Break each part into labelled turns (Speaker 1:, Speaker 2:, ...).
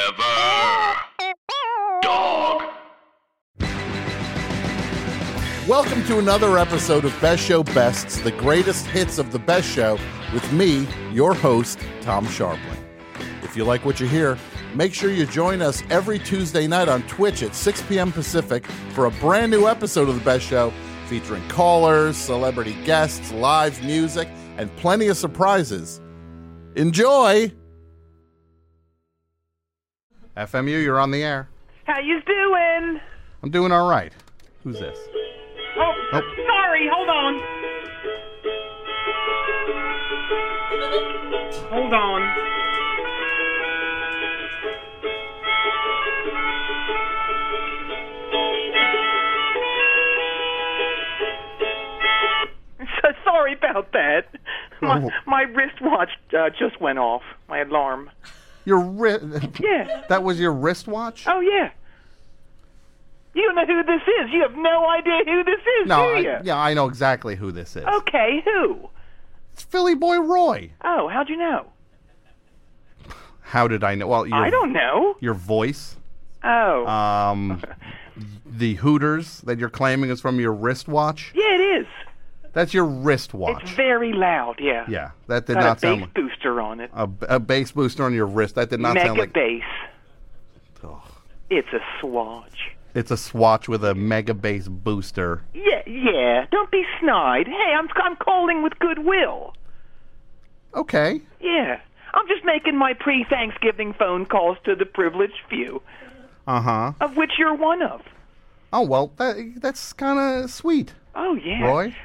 Speaker 1: Forever. Dog.
Speaker 2: Welcome to another episode of Best Show Bests, the greatest hits of the best show, with me, your host, Tom Sharpling. If you like what you hear, make sure you join us every Tuesday night on Twitch at 6 p.m. Pacific for a brand new episode of The Best Show featuring callers, celebrity guests, live music, and plenty of surprises. Enjoy! FMU, you're on the air.
Speaker 3: How you doing?
Speaker 2: I'm doing all right. Who's this?
Speaker 3: Oh,
Speaker 2: Nope.
Speaker 3: sorry. Hold on. Hold on. So sorry about that. My,
Speaker 2: Oh.
Speaker 3: my wristwatch uh, just went off. My alarm.
Speaker 2: Your ri-
Speaker 3: Yeah.
Speaker 2: That was your wristwatch?
Speaker 3: Oh yeah. You don't know who this is. You have no idea who this is,
Speaker 2: No,
Speaker 3: do
Speaker 2: I,
Speaker 3: you?
Speaker 2: yeah, I know exactly who this is.
Speaker 3: Okay, who?
Speaker 2: It's Philly Boy Roy.
Speaker 3: Oh, how'd you know?
Speaker 2: How did I know? Well, your,
Speaker 3: I don't know.
Speaker 2: Your voice,
Speaker 3: Oh.
Speaker 2: um, the Hooters that you're claiming is from your wristwatch.
Speaker 3: yeah, it is.
Speaker 2: That's your wristwatch.
Speaker 3: It's very loud, yeah.
Speaker 2: uh, yeah, that did
Speaker 3: Got
Speaker 2: not
Speaker 3: a
Speaker 2: sound
Speaker 3: bass
Speaker 2: like
Speaker 3: booster on it.
Speaker 2: a, a bass booster on your wrist. That did not
Speaker 3: Mega
Speaker 2: sound like.
Speaker 3: bass.
Speaker 2: Ugh.
Speaker 3: It's a swatch.
Speaker 2: It's a swatch with a mega bass booster.
Speaker 3: Yeah, yeah. Don't be snide. Hey, I'm I'm calling with goodwill.
Speaker 2: Okay.
Speaker 3: Yeah. I'm just making my pre-Thanksgiving phone calls to the privileged few,
Speaker 2: Uh huh.
Speaker 3: of which you're one of.
Speaker 2: Oh well, that that's kind of sweet,
Speaker 3: Oh yeah.
Speaker 2: Roy.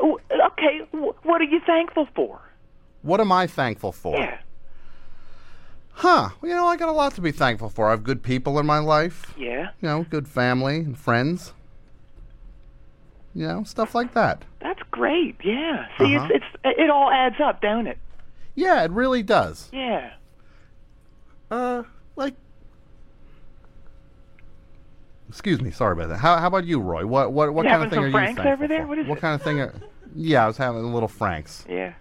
Speaker 3: Oh, Okay. wh- What are you thankful for?
Speaker 2: What am I thankful for?
Speaker 3: Yeah.
Speaker 2: Huh. Well, you know, I got a lot to be thankful for. I have good people in my life.
Speaker 3: Yeah.
Speaker 2: You know, good family and friends. You know, stuff like that.
Speaker 3: That's great. Yeah. See, it's it's it all adds up, don't it?
Speaker 2: Yeah, it really does.
Speaker 3: Yeah.
Speaker 2: Uh, like. Excuse me. Sorry about that. How, how about you, Roy? What what what
Speaker 3: You
Speaker 2: kind
Speaker 3: having
Speaker 2: of thing
Speaker 3: some
Speaker 2: are you
Speaker 3: Franks
Speaker 2: thankful
Speaker 3: over there?
Speaker 2: for?
Speaker 3: What is
Speaker 2: what
Speaker 3: it?
Speaker 2: kind of thing? Are, yeah, I was having a little Franks.
Speaker 3: Yeah.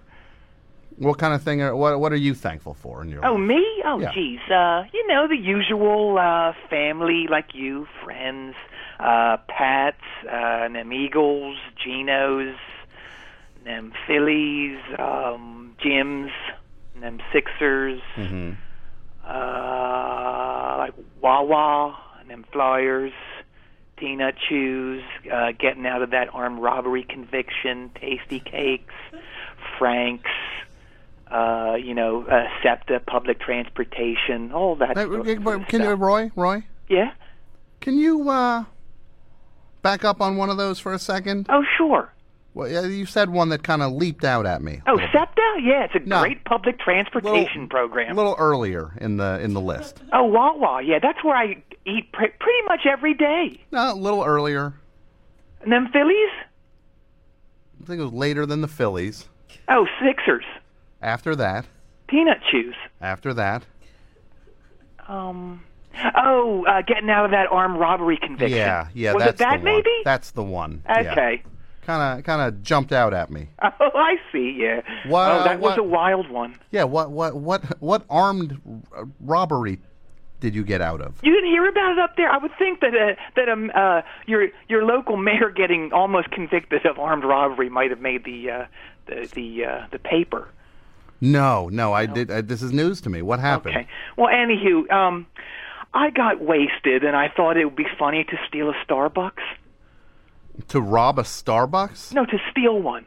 Speaker 2: What kind of thing? Are, what what are you thankful for in your
Speaker 3: Oh,
Speaker 2: life?
Speaker 3: me? Oh,
Speaker 2: Yeah.
Speaker 3: geez. Uh, you know, the usual uh, family like you, friends, uh, Pats, uh, them Eagles, Genos, them Phillies, um, Jims, them Sixers, Mm-hmm.
Speaker 2: Mhm.
Speaker 3: uh, like Wawa, and them Flyers, Peanut Chews, uh, getting out of that armed robbery conviction, Tasty Cakes, Frank's, uh, you know, uh, SEPTA, public transportation, all that.
Speaker 2: Hey,
Speaker 3: sort
Speaker 2: hey,
Speaker 3: of
Speaker 2: but Can you,
Speaker 3: stuff.
Speaker 2: Roy? Roy?
Speaker 3: Yeah.
Speaker 2: Can you uh, back up on one of those for a second?
Speaker 3: Oh, sure.
Speaker 2: Well, yeah, you said one that kind of leaped out at me.
Speaker 3: Oh, SEPTA? Yeah, it's a
Speaker 2: No.
Speaker 3: great public transportation
Speaker 2: a
Speaker 3: program.
Speaker 2: little earlier in the in the list.
Speaker 3: Oh, Wawa. Yeah, that's where I eat pre- pretty much every day.
Speaker 2: No, a little earlier.
Speaker 3: And them Phillies?
Speaker 2: I think it was later than the Phillies.
Speaker 3: Oh, Sixers.
Speaker 2: After that,
Speaker 3: Peanut Chews.
Speaker 2: after that,
Speaker 3: Um. Oh, uh, getting out of that armed robbery conviction.
Speaker 2: yeah, yeah,
Speaker 3: Was
Speaker 2: that's
Speaker 3: it that
Speaker 2: the
Speaker 3: maybe?
Speaker 2: One. That's the one.
Speaker 3: okay.
Speaker 2: Kind of, kind of jumped out at me.
Speaker 3: Oh, I see. Yeah.
Speaker 2: What-
Speaker 3: oh, that was
Speaker 2: what-
Speaker 3: a wild one.
Speaker 2: Yeah. What, what, what, what armed r- robbery did you get out of?
Speaker 3: You didn't hear about it up there. I would think that uh, that um uh your your local mayor getting almost convicted of armed robbery might have made the uh, the the uh, the paper.
Speaker 2: No, no, I did. I, this is news to me. What happened?
Speaker 3: Okay. Well, anywho, um, I got wasted and I thought it would be funny to steal a Starbucks.
Speaker 2: To rob a Starbucks?
Speaker 3: No, to steal one.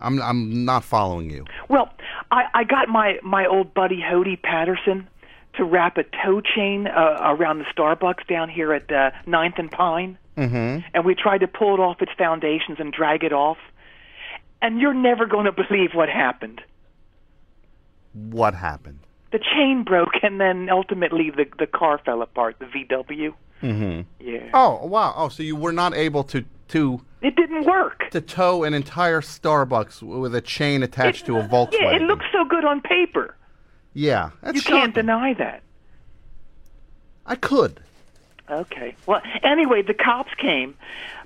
Speaker 2: I'm, I'm not following you.
Speaker 3: Well, I, I got my my old buddy Hody Patterson to wrap a tow chain uh, around the Starbucks down here at uh, Ninth and Pine, mm-hmm. and we tried to pull it off its foundations and drag it off. And you're never going to believe what happened.
Speaker 2: What happened?
Speaker 3: The chain broke, and then ultimately the the car fell apart. The VW. Mm-hmm. Yeah,
Speaker 2: Oh, wow. Oh, so you were not able to to
Speaker 3: it didn't work.
Speaker 2: to tow an entire Starbucks w- with a chain attached to a Volkswagen.
Speaker 3: Yeah, it looks so good on paper.
Speaker 2: Yeah, that's
Speaker 3: You
Speaker 2: shocking.
Speaker 3: can't deny that.
Speaker 2: I could.
Speaker 3: Okay. Well, anyway, the cops came,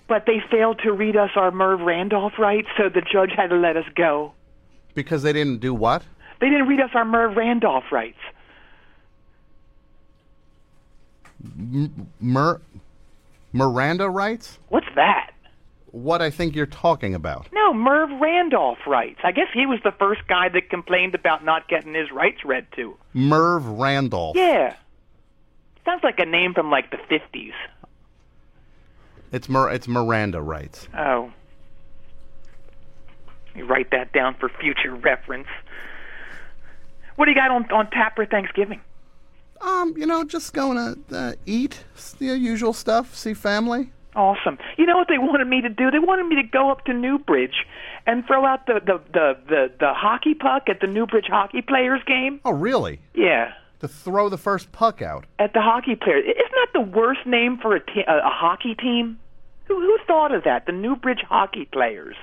Speaker 3: but they failed to read us our Merv Randolph rights, so the judge had to let us go.
Speaker 2: Because they didn't do what?
Speaker 3: They didn't read us our Merv Randolph rights.
Speaker 2: M- Mir- Miranda rights?
Speaker 3: What's that?
Speaker 2: What I think you're talking about.
Speaker 3: No, Merv Randolph rights. I guess he was the first guy that complained about not getting his rights read to.
Speaker 2: Merv Randolph.
Speaker 3: Yeah. Sounds like a name from like the 50s.
Speaker 2: It's Mir- it's Miranda rights.
Speaker 3: Oh. You write that down for future reference. What do you got on, on tap for Thanksgiving?
Speaker 2: Um, you know, just going to uh, eat s- the usual stuff, see family.
Speaker 3: Awesome. You know what they wanted me to do? They wanted me to go up to Newbridge and throw out the, the, the, the, the hockey puck at the Newbridge hockey players game.
Speaker 2: Oh, really?
Speaker 3: Yeah.
Speaker 2: To throw the first puck out.
Speaker 3: At the hockey players. Isn't that the worst name for a, te- a, a hockey team? Who, who thought of that? The Newbridge hockey players.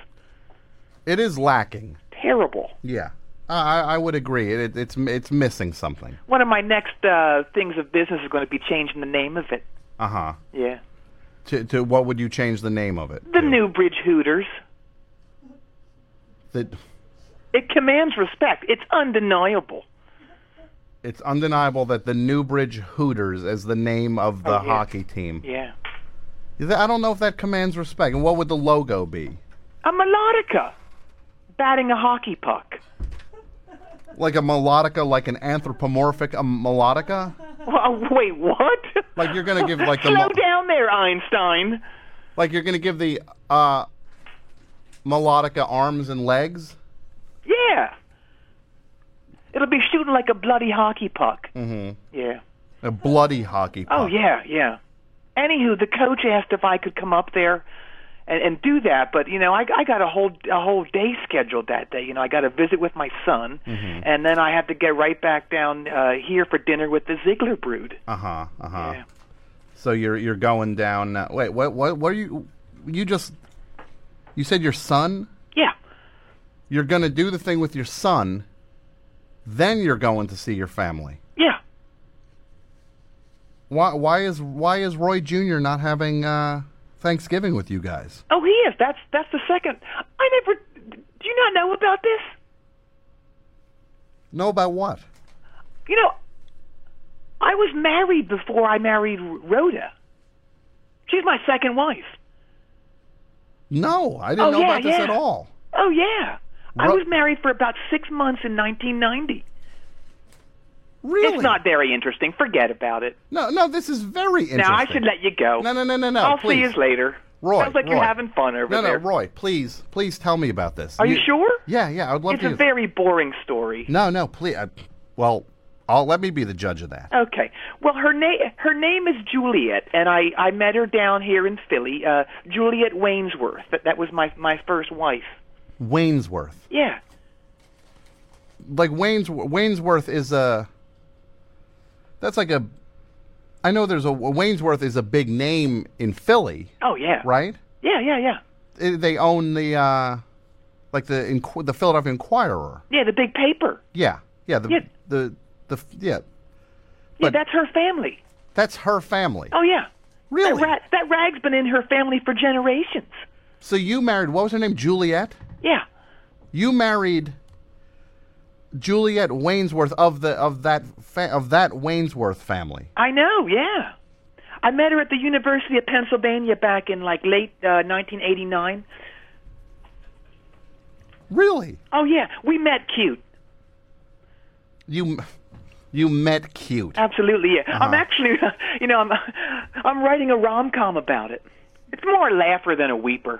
Speaker 2: It is lacking.
Speaker 3: Terrible.
Speaker 2: Yeah. I, I- I would agree. It, it, it's it's missing something.
Speaker 3: One of my next uh, things of business is going to be changing the name of it.
Speaker 2: Uh huh.
Speaker 3: Yeah.
Speaker 2: To, to what would you change the name of it?
Speaker 3: The
Speaker 2: to?
Speaker 3: Newbridge Hooters.
Speaker 2: That
Speaker 3: It commands respect. It's undeniable.
Speaker 2: it's undeniable that the Newbridge Hooters is the name of the
Speaker 3: Oh, yeah.
Speaker 2: hockey team.
Speaker 3: Yeah.
Speaker 2: I don't know if that commands respect. And what would the logo be?
Speaker 3: A melodica batting a hockey puck.
Speaker 2: Like a melodica, like an anthropomorphic um, melodica?
Speaker 3: Well, uh, wait, what?
Speaker 2: Like you're gonna give like the
Speaker 3: Slow
Speaker 2: mo-
Speaker 3: down there, Einstein.
Speaker 2: Like you're gonna give the uh, melodica arms and legs?
Speaker 3: Yeah. It'll be shooting like a bloody hockey puck. Mm-hmm. Yeah.
Speaker 2: A bloody hockey puck.
Speaker 3: Oh, yeah, yeah. Anywho, the coach asked if I could come up there and, and do that, but you know, I, I got a whole a whole day scheduled that day. You know, I got a visit with my son,
Speaker 2: Mm-hmm.
Speaker 3: and then I had to get right back down uh, here for dinner with the Ziegler Brood.
Speaker 2: Uh huh. Uh huh.
Speaker 3: Yeah.
Speaker 2: So you're you're going down. Uh, wait, what? What? What are you? You just you said your son.
Speaker 3: Yeah.
Speaker 2: You're gonna do the thing with your son. Then you're going to see your family.
Speaker 3: Yeah.
Speaker 2: Why? Why is why is Roy Jr. not having uh, Thanksgiving with you guys?
Speaker 3: Oh, he is. That's that's the second. I never. Do you not know about this?
Speaker 2: No, about what?
Speaker 3: You know, I was married before I married R- Rhoda. She's my second wife.
Speaker 2: No, I didn't
Speaker 3: Oh,
Speaker 2: know
Speaker 3: yeah,
Speaker 2: about this
Speaker 3: yeah.
Speaker 2: at all.
Speaker 3: Oh yeah. I
Speaker 2: Ro-
Speaker 3: was married for about six months in 1990.
Speaker 2: Really?
Speaker 3: It's not very interesting. Forget about it.
Speaker 2: No, no. This is very interesting.
Speaker 3: Now I should let you go.
Speaker 2: No, no, no, no, no.
Speaker 3: I'll see
Speaker 2: please.
Speaker 3: you later.
Speaker 2: Roy,
Speaker 3: sounds like
Speaker 2: Roy.
Speaker 3: you're having fun over
Speaker 2: No, no,
Speaker 3: there.
Speaker 2: Roy. Please, please tell me about this.
Speaker 3: Are you, sure?
Speaker 2: Yeah, yeah. I'd love
Speaker 3: It's
Speaker 2: to.
Speaker 3: a very boring story.
Speaker 2: No, no, please. I, well, I'll let me be the judge of that.
Speaker 3: Okay. Well, her name her name is Juliet, and I I met her down here in Philly. Uh, Juliet Wainsworth. That that was my my first wife.
Speaker 2: Waynesworth,
Speaker 3: Yeah.
Speaker 2: like Waynes Waynesworth is a. That's like a. I know there's a Waynesworth is a big name in Philly,
Speaker 3: Oh yeah.
Speaker 2: right?
Speaker 3: Yeah, yeah, yeah.
Speaker 2: It, they own the, uh, like the Inqu- the Philadelphia Inquirer.
Speaker 3: Yeah, the big paper.
Speaker 2: Yeah, yeah, the
Speaker 3: Yeah.
Speaker 2: the the yeah.
Speaker 3: Yeah,
Speaker 2: But-
Speaker 3: that's her family.
Speaker 2: That's her family.
Speaker 3: Oh yeah.
Speaker 2: Really?
Speaker 3: That, ra- that rag's been in her family for generations.
Speaker 2: So you married what was her name? Juliet.
Speaker 3: Yeah.
Speaker 2: You married Juliet Waynesworth of the of that fa- of that Waynesworth family.
Speaker 3: I know, yeah. I met her at the University of Pennsylvania back in like late uh, 1989.
Speaker 2: Really?
Speaker 3: Oh yeah, we met cute.
Speaker 2: You you met cute.
Speaker 3: Absolutely, yeah.
Speaker 2: Uh-huh.
Speaker 3: I'm actually, you know, I'm I'm writing a rom com about it. It's more a laugher than a weeper.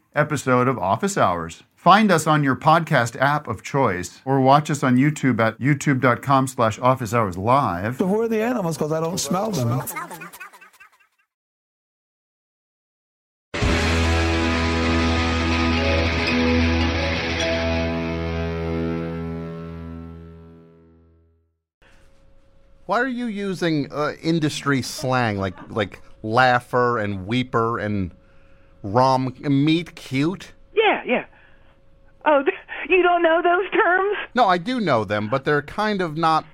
Speaker 4: episode of Office Hours. Find us on your podcast app of choice or watch us on YouTube at youtube.com slash office hours live.
Speaker 5: Who are the animals? Because I don't smell them.
Speaker 2: Why are you using uh, industry slang like like laugher and weeper and rom meat cute?
Speaker 3: Yeah, yeah. Oh, th- you don't know those terms?
Speaker 2: No, I do know them, but they're kind of not.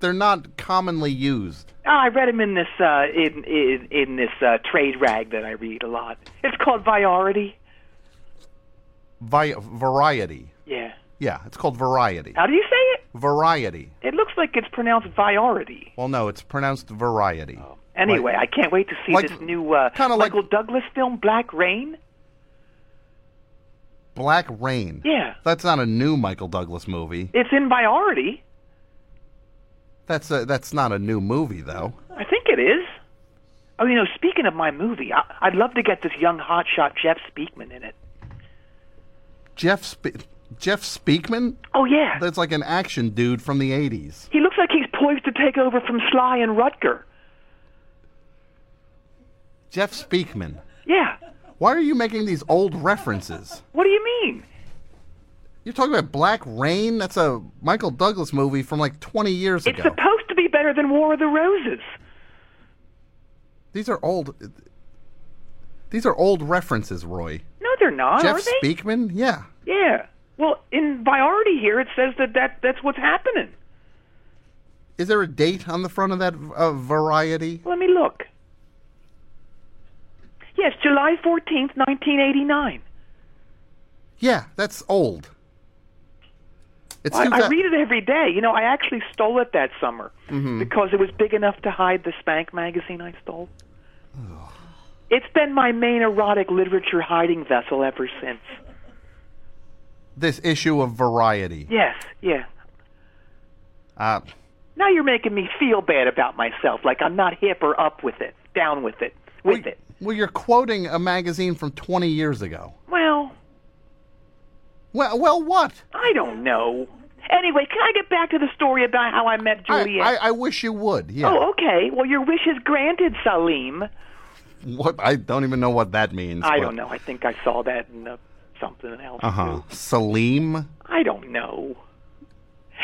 Speaker 2: They're not commonly used.
Speaker 3: Oh, I read them in this uh, in, in in this uh, trade rag that I read a lot. It's called Viarity.
Speaker 2: Vi- variety.
Speaker 3: Yeah.
Speaker 2: Yeah, it's called variety.
Speaker 3: How do you say it?
Speaker 2: Variety.
Speaker 3: It looks like it's pronounced Viarity.
Speaker 2: Well, no, it's pronounced variety.
Speaker 3: Oh. Anyway, I can't wait to see
Speaker 2: Like-
Speaker 3: this new uh,
Speaker 2: kinda like-
Speaker 3: Michael Douglas film, Black Rain.
Speaker 2: Black Rain.
Speaker 3: Yeah.
Speaker 2: That's not a new Michael Douglas movie.
Speaker 3: It's in Viarity.
Speaker 2: That's a, that's not a new movie though.
Speaker 3: I think it is. Oh, you know, speaking of my movie, I, I'd love to get this young hotshot Jeff Speakman in it.
Speaker 2: Jeff Spe- Jeff Speakman.
Speaker 3: Oh yeah,
Speaker 2: That's like an action dude from the '80s.
Speaker 3: he looks like he's poised to take over from Sly and Rutger.
Speaker 2: Jeff Speakman.
Speaker 3: Yeah.
Speaker 2: Why are you making these old references?
Speaker 3: What do you mean?
Speaker 2: You're talking about Black Rain. That's a Michael Douglas movie from like 20 years
Speaker 3: It's
Speaker 2: ago.
Speaker 3: supposed to be better than War of the Roses.
Speaker 2: these are old. These are old references, Roy.
Speaker 3: No, they're not,
Speaker 2: Jeff
Speaker 3: are they?
Speaker 2: Speakman. Yeah.
Speaker 3: yeah. Well, in Viarity here, it says that, that that's what's happening.
Speaker 2: Is there a date on the front of that uh, variety?
Speaker 3: Let me look. Yes, July 14th, 1989.
Speaker 2: Yeah, that's old. It
Speaker 3: I,
Speaker 2: seems
Speaker 3: I
Speaker 2: that-
Speaker 3: read it every day. You know, I actually stole it that summer
Speaker 2: Mm-hmm.
Speaker 3: because it was big enough to hide the Spank magazine I stole. It's been my main erotic literature hiding vessel ever since.
Speaker 2: this issue of Variety.
Speaker 3: Yes, yeah.
Speaker 2: Uh,
Speaker 3: Now you're making me feel bad about myself, like I'm not hip or up with it, down with it, with it.
Speaker 2: well, you're quoting a magazine from 20 years ago.
Speaker 3: Well,
Speaker 2: Well, well, what?
Speaker 3: I don't know. Anyway, can I get back to the story about how I met
Speaker 2: I-
Speaker 3: Juliet?
Speaker 2: I, I wish you would. Yeah.
Speaker 3: oh, okay. Well, your wish is granted, Salim.
Speaker 2: What? I don't even know what that means.
Speaker 3: I
Speaker 2: but-
Speaker 3: don't know. I think I saw that in uh, something else.
Speaker 2: Uh-huh.
Speaker 3: too.
Speaker 2: Salim?
Speaker 3: I don't know.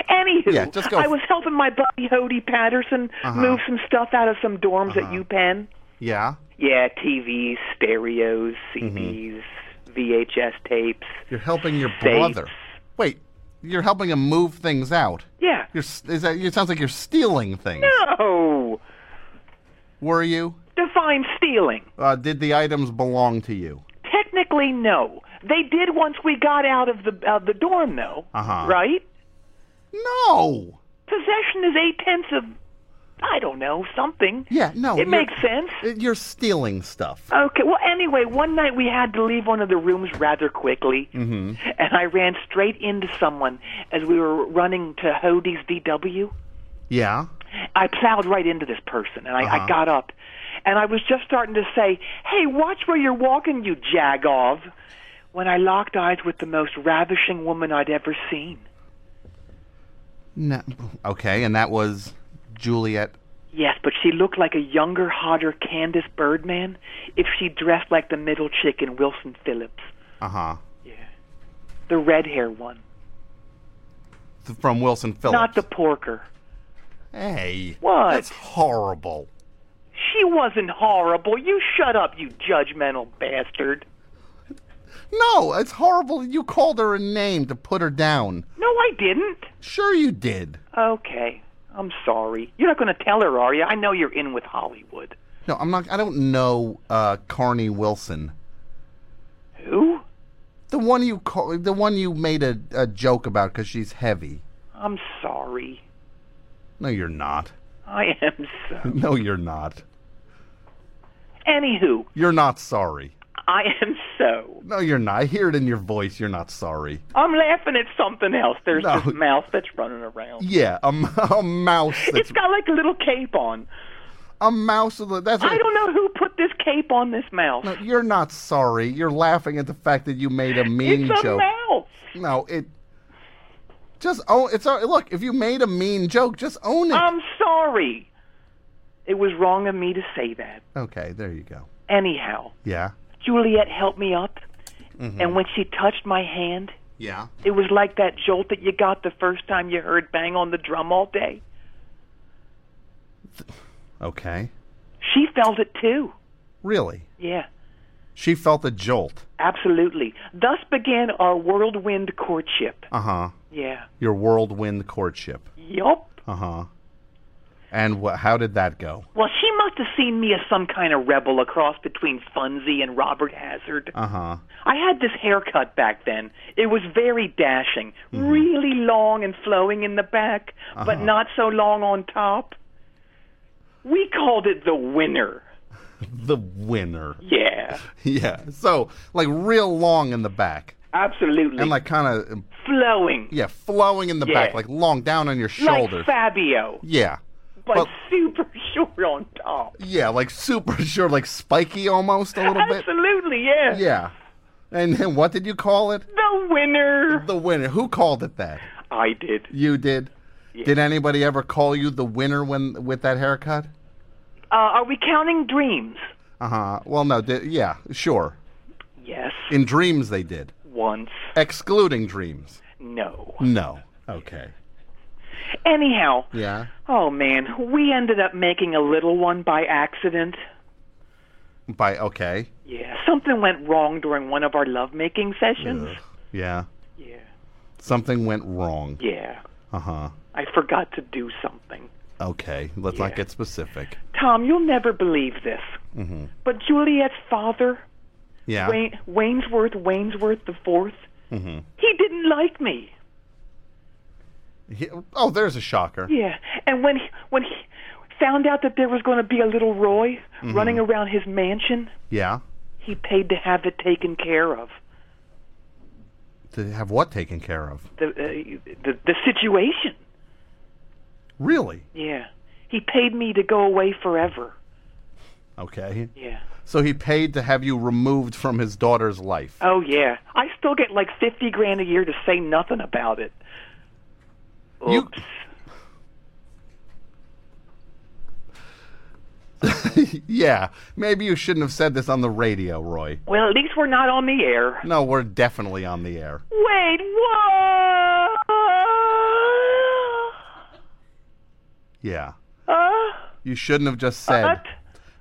Speaker 3: Anywho,
Speaker 2: Yeah, just go
Speaker 3: I
Speaker 2: f- Uh-huh.
Speaker 3: was helping my buddy Hody Patterson move some stuff out of some dorms at UPenn.
Speaker 2: Yeah.
Speaker 3: Yeah, TVs, stereos, CDs, VHS tapes.
Speaker 2: Mm-hmm. You're helping your
Speaker 3: Safes.
Speaker 2: brother. Wait, you're helping him move things out.
Speaker 3: Yeah.
Speaker 2: You're, s- is that, it sounds like you're stealing things.
Speaker 3: No.
Speaker 2: Were you?
Speaker 3: Define stealing.
Speaker 2: Uh, did the items belong to you?
Speaker 3: Technically, no. They did once we got out of the of the dorm, though.
Speaker 2: Uh-huh.
Speaker 3: Right?
Speaker 2: No.
Speaker 3: Possession is eight tenths of, I don't know, something.
Speaker 2: Yeah, no.
Speaker 3: It
Speaker 2: you're-
Speaker 3: makes sense.
Speaker 2: uh, You're stealing stuff.
Speaker 3: Okay. Well, anyway, one night we had to leave one of the rooms rather quickly, mm-hmm. and I ran straight into someone as we were running to Hody's DW.
Speaker 2: yeah.
Speaker 3: I plowed right into this person, and I, I got up, and I was just starting to say, "Hey, watch where you're walking, you jagoff," when I locked eyes with the most ravishing woman I'd ever seen.
Speaker 2: No. Okay, and that was Juliet.
Speaker 3: Yes, but she looked like a younger, hotter Candace Birdman if she dressed like the middle chick in Wilson Phillips,
Speaker 2: Uh huh.
Speaker 3: the red hair one,
Speaker 2: From Wilson Phillips.
Speaker 3: not the porker.
Speaker 2: Hey.
Speaker 3: What?
Speaker 2: That's horrible.
Speaker 3: She wasn't horrible. You shut up, you judgmental bastard.
Speaker 2: No, it's horrible. You called her a name to put her down.
Speaker 3: No, I didn't.
Speaker 2: Sure, you did.
Speaker 3: Okay, I'm sorry. You're not going to tell her, are you? I know you're in with Hollywood.
Speaker 2: No, I'm not. I don't know uh, Carney Wilson.
Speaker 3: Who?
Speaker 2: The one you call, the one you made a, a joke about because she's heavy.
Speaker 3: I'm sorry.
Speaker 2: No, you're not.
Speaker 3: I am so.
Speaker 2: No, you're not.
Speaker 3: Anywho,
Speaker 2: You're not sorry.
Speaker 3: I am so.
Speaker 2: No, you're not. I hear it in your voice. You're not sorry.
Speaker 3: I'm laughing at something else. There's
Speaker 2: No.
Speaker 3: this mouse that's running around.
Speaker 2: Yeah, a, m- a mouse. That's,
Speaker 3: It's got like a little cape on.
Speaker 2: a mouse. with a- That's.
Speaker 3: I
Speaker 2: a-
Speaker 3: don't know who put this cape on this mouse.
Speaker 2: No, you're not sorry. You're laughing at the fact that you made a mean
Speaker 3: it's a
Speaker 2: joke.
Speaker 3: mouse.
Speaker 2: No, it. Just own. It's all- look. If you made a mean joke, just own it.
Speaker 3: I'm sorry. It was wrong of me to say that.
Speaker 2: okay, there you go.
Speaker 3: Anyhow,
Speaker 2: Yeah.
Speaker 3: Juliet helped me up, and when she touched my hand,
Speaker 2: Yeah.
Speaker 3: it was like that jolt that you got the first time you heard bang on the drum all day.
Speaker 2: Okay.
Speaker 3: She felt it too.
Speaker 2: Really?
Speaker 3: Yeah,
Speaker 2: She felt a jolt.
Speaker 3: absolutely. Thus began our whirlwind courtship.
Speaker 2: Uh huh.
Speaker 3: Yeah.
Speaker 2: Your whirlwind courtship.
Speaker 3: Yup.
Speaker 2: Uh huh. And wh- how did that go?
Speaker 3: Well, she must have seen me as some kind of rebel, a cross between Funzie and Robert Hazard.
Speaker 2: Uh huh.
Speaker 3: I had this haircut back then. It was very dashing,
Speaker 2: Mm-hmm.
Speaker 3: really long and flowing in the back, but
Speaker 2: Uh-huh.
Speaker 3: not so long on top. We called it the winner.
Speaker 2: The winner.
Speaker 3: Yeah,
Speaker 2: Yeah. So like real long in the back
Speaker 3: absolutely.
Speaker 2: and like kind of
Speaker 3: flowing,
Speaker 2: yeah flowing in the back
Speaker 3: Yeah.
Speaker 2: like long down on your
Speaker 3: like
Speaker 2: shoulders.
Speaker 3: Fabio,
Speaker 2: yeah.
Speaker 3: but
Speaker 2: Well-
Speaker 3: super short on top.
Speaker 2: Yeah, like super sure, like spiky almost a little bit.
Speaker 3: Absolutely, yeah.
Speaker 2: Yeah. And then what did you call it?
Speaker 3: The winner.
Speaker 2: The winner. Who called it that?
Speaker 3: I did.
Speaker 2: You did. Did anybody ever call you the winner when with that haircut?
Speaker 3: Uh, are we counting dreams?
Speaker 2: Uh huh. Well, no. Did, yeah, sure.
Speaker 3: Yes.
Speaker 2: In dreams they did,
Speaker 3: Once.
Speaker 2: excluding dreams.
Speaker 3: No.
Speaker 2: No. Okay.
Speaker 3: Anyhow.
Speaker 2: Yeah.
Speaker 3: Oh man, we ended up making a little one by accident.
Speaker 2: By okay.
Speaker 3: Yeah, something went wrong during one of our lovemaking sessions.
Speaker 2: Yeah.
Speaker 3: Yeah.
Speaker 2: Something went wrong.
Speaker 3: Yeah.
Speaker 2: Uh huh.
Speaker 3: I forgot to do something.
Speaker 2: Okay. Let's
Speaker 3: Yeah.
Speaker 2: not get specific.
Speaker 3: Tom, you'll never believe this. Mm-hmm. But Juliet's father,
Speaker 2: Yeah. Mm-hmm.
Speaker 3: Wayne, Waynesworth Waynesworth the 4th he didn't like me.
Speaker 2: He- oh, there's a shocker.
Speaker 3: Yeah, and when he, when he found out that there was going to be a little Roy
Speaker 2: Mm-hmm.
Speaker 3: running around his mansion,
Speaker 2: Yeah.
Speaker 3: he paid to have it taken care of.
Speaker 2: To have what taken care of?
Speaker 3: The uh, the, the situation.
Speaker 2: Really?
Speaker 3: Yeah. He paid me to go away forever.
Speaker 2: Okay.
Speaker 3: Yeah.
Speaker 2: So he paid to have you removed from his daughter's life.
Speaker 3: Oh yeah. I still get like 50 grand a year to say nothing about it.
Speaker 2: You-
Speaker 3: Oops.
Speaker 2: yeah. Maybe you shouldn't have said this on the radio, Roy.
Speaker 3: Well, at least we're not on the air.
Speaker 2: No, we're definitely on the air.
Speaker 3: Wait, what?
Speaker 2: Yeah.
Speaker 3: Uh,
Speaker 2: You shouldn't have just said.
Speaker 3: What?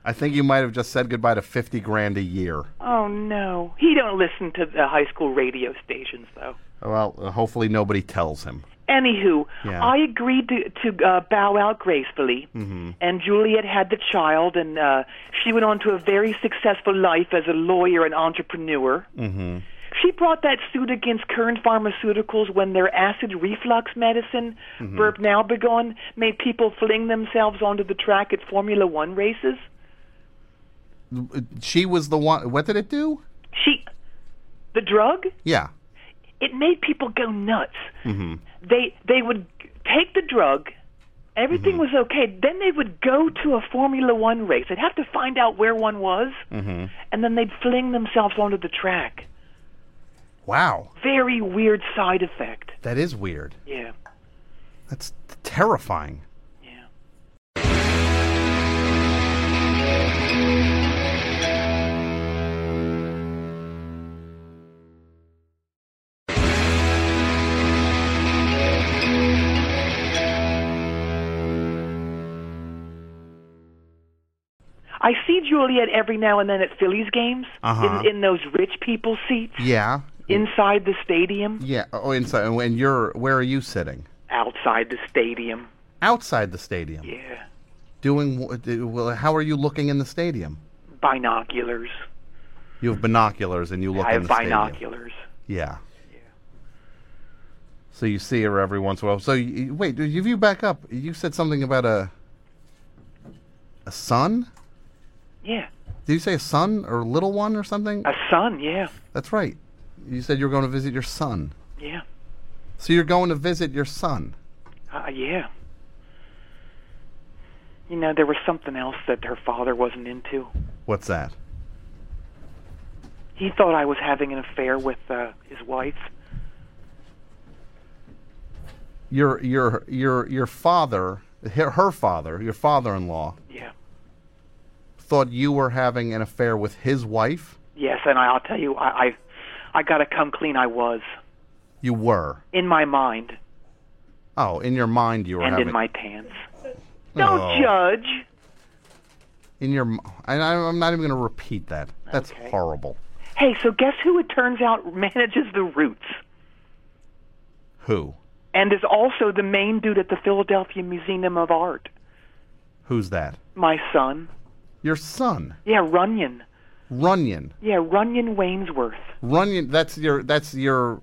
Speaker 2: I think you might have just said goodbye to 50 grand a year.
Speaker 3: oh no. He don't listen to the high school radio stations though.
Speaker 2: Well, uh, hopefully nobody tells him.
Speaker 3: Anywho,
Speaker 2: Yeah.
Speaker 3: I agreed to to uh, bow out gracefully, and Juliet had the child, and uh, she went on to a very successful life as a lawyer and entrepreneur. Mm-hmm. She brought that suit against Kern Pharmaceuticals when their acid reflux medicine, Burp Nalbegon, made people fling themselves onto the track at Formula One races.
Speaker 2: She was the one. What did it do?
Speaker 3: She, the drug,
Speaker 2: Yeah.
Speaker 3: it made people go nuts. Mm-hmm. They they would take the drug. Everything was okay. Then they would go to a Formula One race. They'd have to find out where one was, and then they'd fling themselves onto the track.
Speaker 2: Wow.
Speaker 3: Very weird side effect.
Speaker 2: That is weird.
Speaker 3: Yeah,
Speaker 2: That's terrifying.
Speaker 3: yeah. I see Juliet every now and then at Phillies games
Speaker 2: Uh-huh.
Speaker 3: in, in those rich people seats
Speaker 2: Yeah.
Speaker 3: inside the stadium,
Speaker 2: Yeah. Oh, inside. And you're. Where are you sitting?
Speaker 3: outside the stadium.
Speaker 2: Outside the stadium.
Speaker 3: Yeah.
Speaker 2: Doing. wh- do- Well, how are you looking in the stadium?
Speaker 3: binoculars.
Speaker 2: You have binoculars and you look
Speaker 3: I
Speaker 2: in
Speaker 3: have
Speaker 2: the stadium.
Speaker 3: binoculars.
Speaker 2: Yeah. So you see her every once in a while. So you, wait, if you back up, you said something about a a son.
Speaker 3: Yeah.
Speaker 2: Did you say a son or little one or something?
Speaker 3: A son, yeah.
Speaker 2: That's right. You said you were going to visit your son.
Speaker 3: Yeah.
Speaker 2: So you're going to visit your son.
Speaker 3: Uh, yeah. You know, there was something else that her father wasn't into.
Speaker 2: What's that?
Speaker 3: He thought I was having an affair with uh, his wife.
Speaker 2: Your your your your father, her, her father, your father-in-law
Speaker 3: Yeah.
Speaker 2: thought you were having an affair with his wife.
Speaker 3: Yes, and I, I'll tell you, I, I, I gotta come clean. I was
Speaker 2: You were.
Speaker 3: in my mind
Speaker 2: Oh, in your mind you were
Speaker 3: and
Speaker 2: having
Speaker 3: in my pants. Don't
Speaker 6: Oh.
Speaker 3: judge.
Speaker 2: in your. m- And I, I'm not even going to repeat that. That's horrible.
Speaker 3: Hey, so guess who it turns out manages the Roots
Speaker 2: Who?
Speaker 3: and is also the main dude at the Philadelphia Museum of Art?
Speaker 2: Who's that?
Speaker 3: My son.
Speaker 2: Your son,
Speaker 3: Yeah, Runyon.
Speaker 2: Runyon.
Speaker 3: Yeah, Runyon Waynesworth.
Speaker 2: Runyon. That's your. That's your.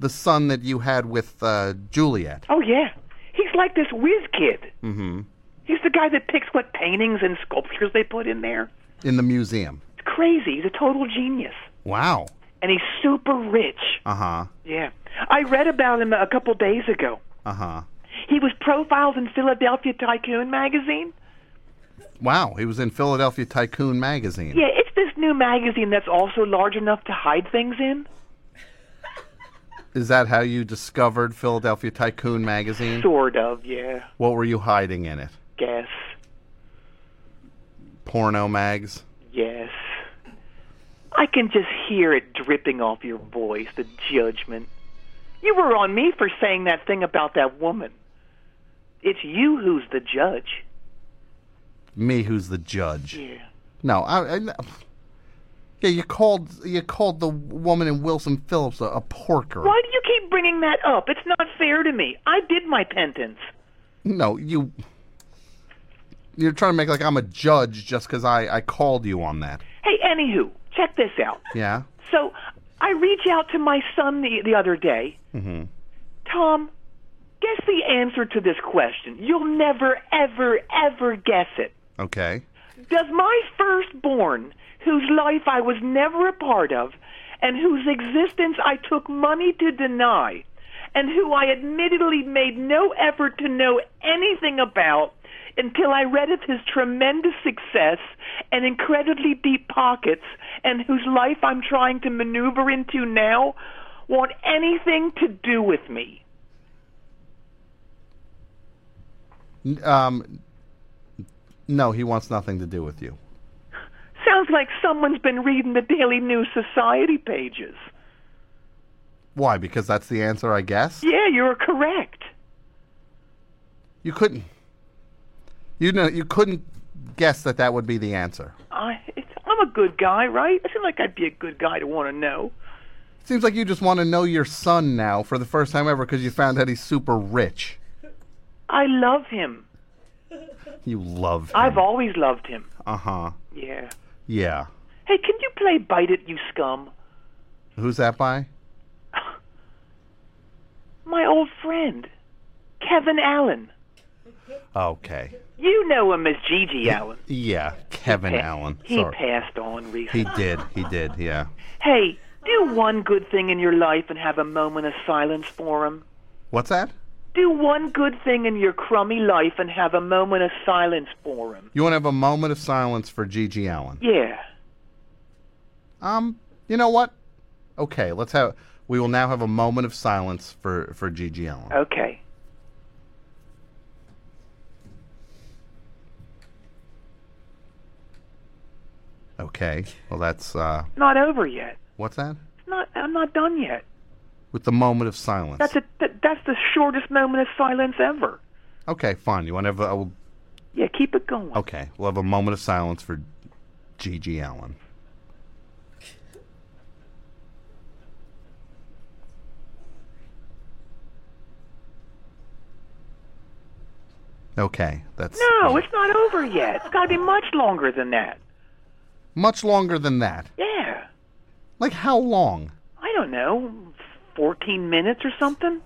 Speaker 2: The son that you had with uh, Juliet.
Speaker 3: Oh yeah, he's like this whiz kid. Mm-hmm. He's the guy that picks what paintings and sculptures they put in there.
Speaker 2: in the museum.
Speaker 3: It's crazy. He's a total genius,
Speaker 2: Wow.
Speaker 3: and he's super rich.
Speaker 2: Uh huh.
Speaker 3: Yeah, I read about him a couple days ago.
Speaker 2: Uh huh.
Speaker 3: He was profiled in Philadelphia Tycoon magazine.
Speaker 2: Wow. He was in Philadelphia Tycoon magazine.
Speaker 3: Yeah, it's this new magazine that's also large enough to hide things in.
Speaker 2: Is that how you discovered Philadelphia Tycoon magazine?
Speaker 3: Sort of. Yeah.
Speaker 2: What were you hiding in it?
Speaker 3: Guess.
Speaker 2: Porno mags.
Speaker 3: Yes. I can just hear it dripping off your voice, the judgment. You were on me for saying that thing about that woman. It's you who's the judge.
Speaker 2: Me, who's the judge?
Speaker 3: Yeah.
Speaker 2: No, I, I. Yeah, you called you called the woman in Wilson Phillips a, a porker.
Speaker 3: Why do you keep bringing that up? It's not fair to me. I did my penance.
Speaker 2: No, you. You're trying to make like I'm a judge just because I I called you on that.
Speaker 3: Hey, anywho, check this out.
Speaker 2: Yeah.
Speaker 3: So I reach out to my son the, the other day. Mm-hmm. Tom, guess the answer to this question. You'll never, ever, ever guess it.
Speaker 2: Okay.
Speaker 3: Does my firstborn, whose life I was never a part of, and whose existence I took money to deny, and who I admittedly made no effort to know anything about until I read of his tremendous success and incredibly deep pockets, and whose life I'm trying to maneuver into now, want anything to do with me?
Speaker 2: N- Um. No, he wants nothing to do with you.
Speaker 3: Sounds like someone's been reading the Daily News Society pages.
Speaker 2: Why? Because that's the answer, I guess.
Speaker 3: Yeah, you're correct.
Speaker 2: You couldn't. You know, you couldn't guess that that would be the answer.
Speaker 3: I, it's, I'm a good guy, right? I seem like I'd be a good guy to want to know.
Speaker 2: Seems like you just want to know your son now for the first time ever because you found out he's super rich.
Speaker 3: I love him.
Speaker 2: You love him.
Speaker 3: I've always loved him.
Speaker 2: Uh huh.
Speaker 3: Yeah.
Speaker 2: Yeah.
Speaker 3: Hey, can you play Bite It, You Scum?
Speaker 2: Who's that by?
Speaker 3: My old friend, Kevin Allen.
Speaker 2: Okay.
Speaker 3: You know him as Gigi Allen.
Speaker 2: Yeah, Kevin Allen.
Speaker 3: He
Speaker 2: Sorry.
Speaker 3: passed on recently.
Speaker 2: He did. He did. Yeah.
Speaker 3: hey, do one good thing in your life and have a moment of silence for him.
Speaker 2: What's that?
Speaker 3: Do one good thing in your crummy life and have a moment of silence for him.
Speaker 2: You want to have a moment of silence for Gigi Allen?
Speaker 3: Yeah.
Speaker 2: Um, you know what? Okay, let's have. We will now have a moment of silence for for Gigi Allen.
Speaker 3: Okay.
Speaker 2: Okay. Well, that's uh,
Speaker 3: Not over yet.
Speaker 2: what's that?
Speaker 3: It's not. I'm not done yet.
Speaker 2: With the moment of silence.
Speaker 3: That's a, that, that's the shortest moment of silence ever.
Speaker 2: Okay, fine. You want to have? A,
Speaker 3: Yeah, keep it going.
Speaker 2: okay, we'll have a moment of silence for Gigi Allen. Okay, that's
Speaker 3: No, it's not over yet. It's got to be much longer than that.
Speaker 2: much longer than that.
Speaker 3: Yeah,
Speaker 2: Like how long?
Speaker 3: I don't know, fourteen minutes or something.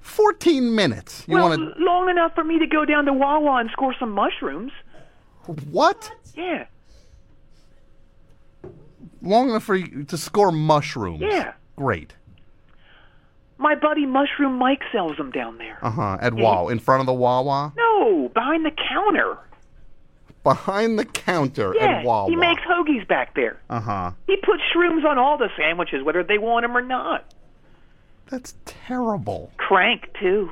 Speaker 2: 14 minutes. You
Speaker 3: well,
Speaker 2: want
Speaker 3: long enough for me to go down to Wawa and score some mushrooms. uh,
Speaker 2: to what?
Speaker 3: Yeah,
Speaker 2: Long enough for you to score mushrooms.
Speaker 3: Yeah.
Speaker 2: Great.
Speaker 3: my buddy Mushroom Mike sells them down there.
Speaker 2: Uh-huh. At Wow, in front of the Wawa,
Speaker 3: No, behind the counter.
Speaker 2: behind the counter
Speaker 3: Yeah,
Speaker 2: at Wawa.
Speaker 3: he makes hoagies back there.
Speaker 2: Uh-huh.
Speaker 3: He puts shrooms on all the sandwiches, whether they want 'em or not.
Speaker 2: That's terrible.
Speaker 3: Crank too.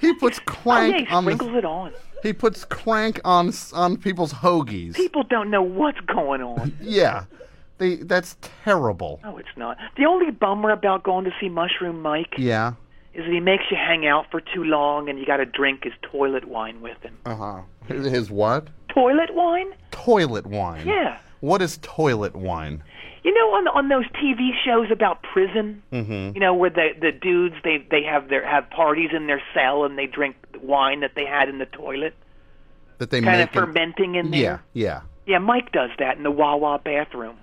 Speaker 2: He puts
Speaker 3: Oh
Speaker 2: crank
Speaker 3: yeah, he
Speaker 2: on the-
Speaker 3: sprinkles it on.
Speaker 2: He puts crank on s- on people's hoagies.
Speaker 3: People don't know what's going on.
Speaker 2: Yeah. They that's terrible.
Speaker 3: No, it's not. The only bummer about going to see Mushroom Mike
Speaker 2: Yeah.
Speaker 3: is that he makes you hang out for too long and you got to drink his toilet wine with him.
Speaker 7: Uh
Speaker 2: Uh-huh.
Speaker 7: huh. His what?
Speaker 3: Toilet wine?
Speaker 7: Toilet wine.
Speaker 3: Yeah.
Speaker 7: What is toilet wine?
Speaker 3: You know, on on those TV shows about prison, you know, where the the dudes they they have their have parties in their cell and they drink wine that they had in the toilet,
Speaker 7: That they
Speaker 3: kind of
Speaker 7: make. in-
Speaker 3: fermenting in there.
Speaker 7: yeah, yeah.
Speaker 3: Yeah, Mike does that in the Wawa bathroom.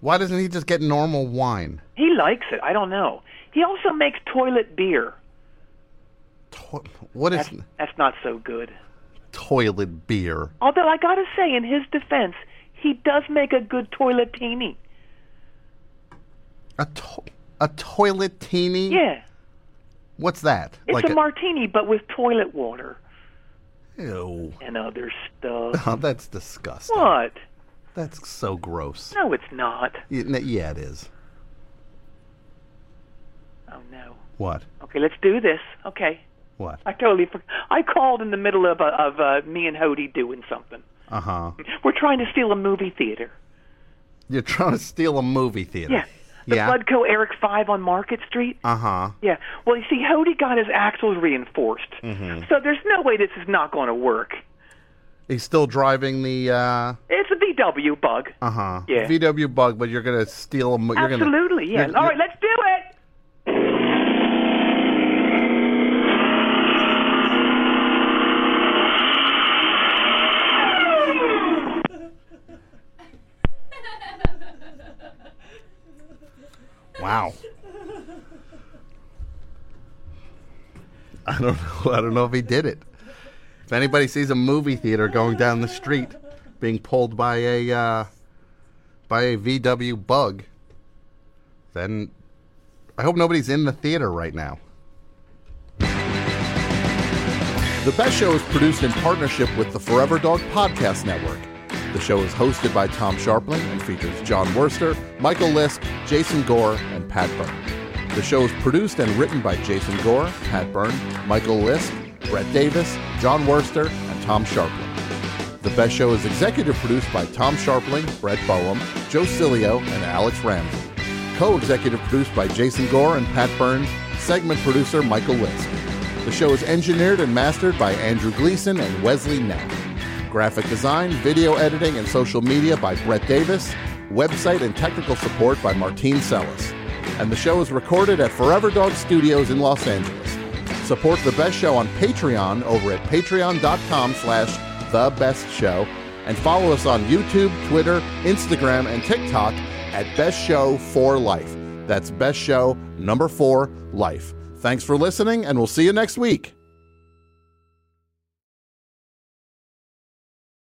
Speaker 7: Why doesn't he just get normal wine?
Speaker 3: He likes it. I don't know. He also makes toilet beer.
Speaker 7: To- what is
Speaker 3: That's, that's not so good.
Speaker 7: toilet beer?
Speaker 3: Although I gotta say, in his defense, he does make a good toiletini.
Speaker 7: A to- a toilet teeny?
Speaker 3: Yeah,
Speaker 7: What's that?
Speaker 3: it's
Speaker 7: like
Speaker 3: a martini, but with toilet water
Speaker 7: Ew.
Speaker 3: and other stuff.
Speaker 7: Oh, that's disgusting.
Speaker 3: what?
Speaker 7: That's so gross.
Speaker 3: No, it's not.
Speaker 7: Y- n- Yeah, it is.
Speaker 3: Oh no.
Speaker 7: What?
Speaker 3: Okay, let's do this. Okay.
Speaker 7: What?
Speaker 3: I totally. For- I called in the middle of uh, of uh, me and Hody doing something.
Speaker 7: Uh huh.
Speaker 3: We're trying to steal a movie theater.
Speaker 7: You're trying to steal a movie theater.
Speaker 3: Yeah. The
Speaker 7: Yeah.
Speaker 3: Budco Eric Five on Market Street.
Speaker 7: Uh huh.
Speaker 3: Yeah. Well, you see, Hody got his axles reinforced,
Speaker 7: Mm-hmm.
Speaker 3: so there's no way this is not going to work.
Speaker 7: He's still driving the uh
Speaker 3: It's a VW bug.
Speaker 7: uh huh
Speaker 3: Yeah.
Speaker 7: VW bug, but you're gonna steal a. mo- You're gonna-
Speaker 3: Absolutely. yeah.
Speaker 7: you're-
Speaker 3: All
Speaker 7: you're-
Speaker 3: right, let's do it.
Speaker 7: Wow. I don't know. I don't know if he did it. If anybody sees a movie theater going down the street being pulled by a uh, by a VW bug, then I hope nobody's in the theater right now.
Speaker 2: The Best Show is produced in partnership with the Forever Dog Podcast Network. The show is hosted by Tom Sharpling and features John Worster, Michael Lisk, Jason Gore, and Pat Byrne. The show is produced and written by Jason Gore, Pat Byrne, Michael Lisk, Brett Davis, John Worster, and Tom Sharpling. The Best Show is executive produced by Tom Sharpling, Brett Boehm, Joe Cilio, and Alex Ramsey. Co-executive produced by Jason Gore and Pat Byrne. Segment producer Michael Lisk. The show is engineered and mastered by Andrew Gleason and Wesley Knapp. Graphic design, video editing, and social media by Brett Davis. Website and technical support by Martine Sellis. And the show is recorded at Forever Dog Studios in Los Angeles. Support The Best Show on Patreon over at patreon.com slash The Best Show. And follow us on YouTube, Twitter, Instagram, and TikTok at Best Show for Life. That's Best Show number four, Life. Thanks for listening, and we'll see you next week.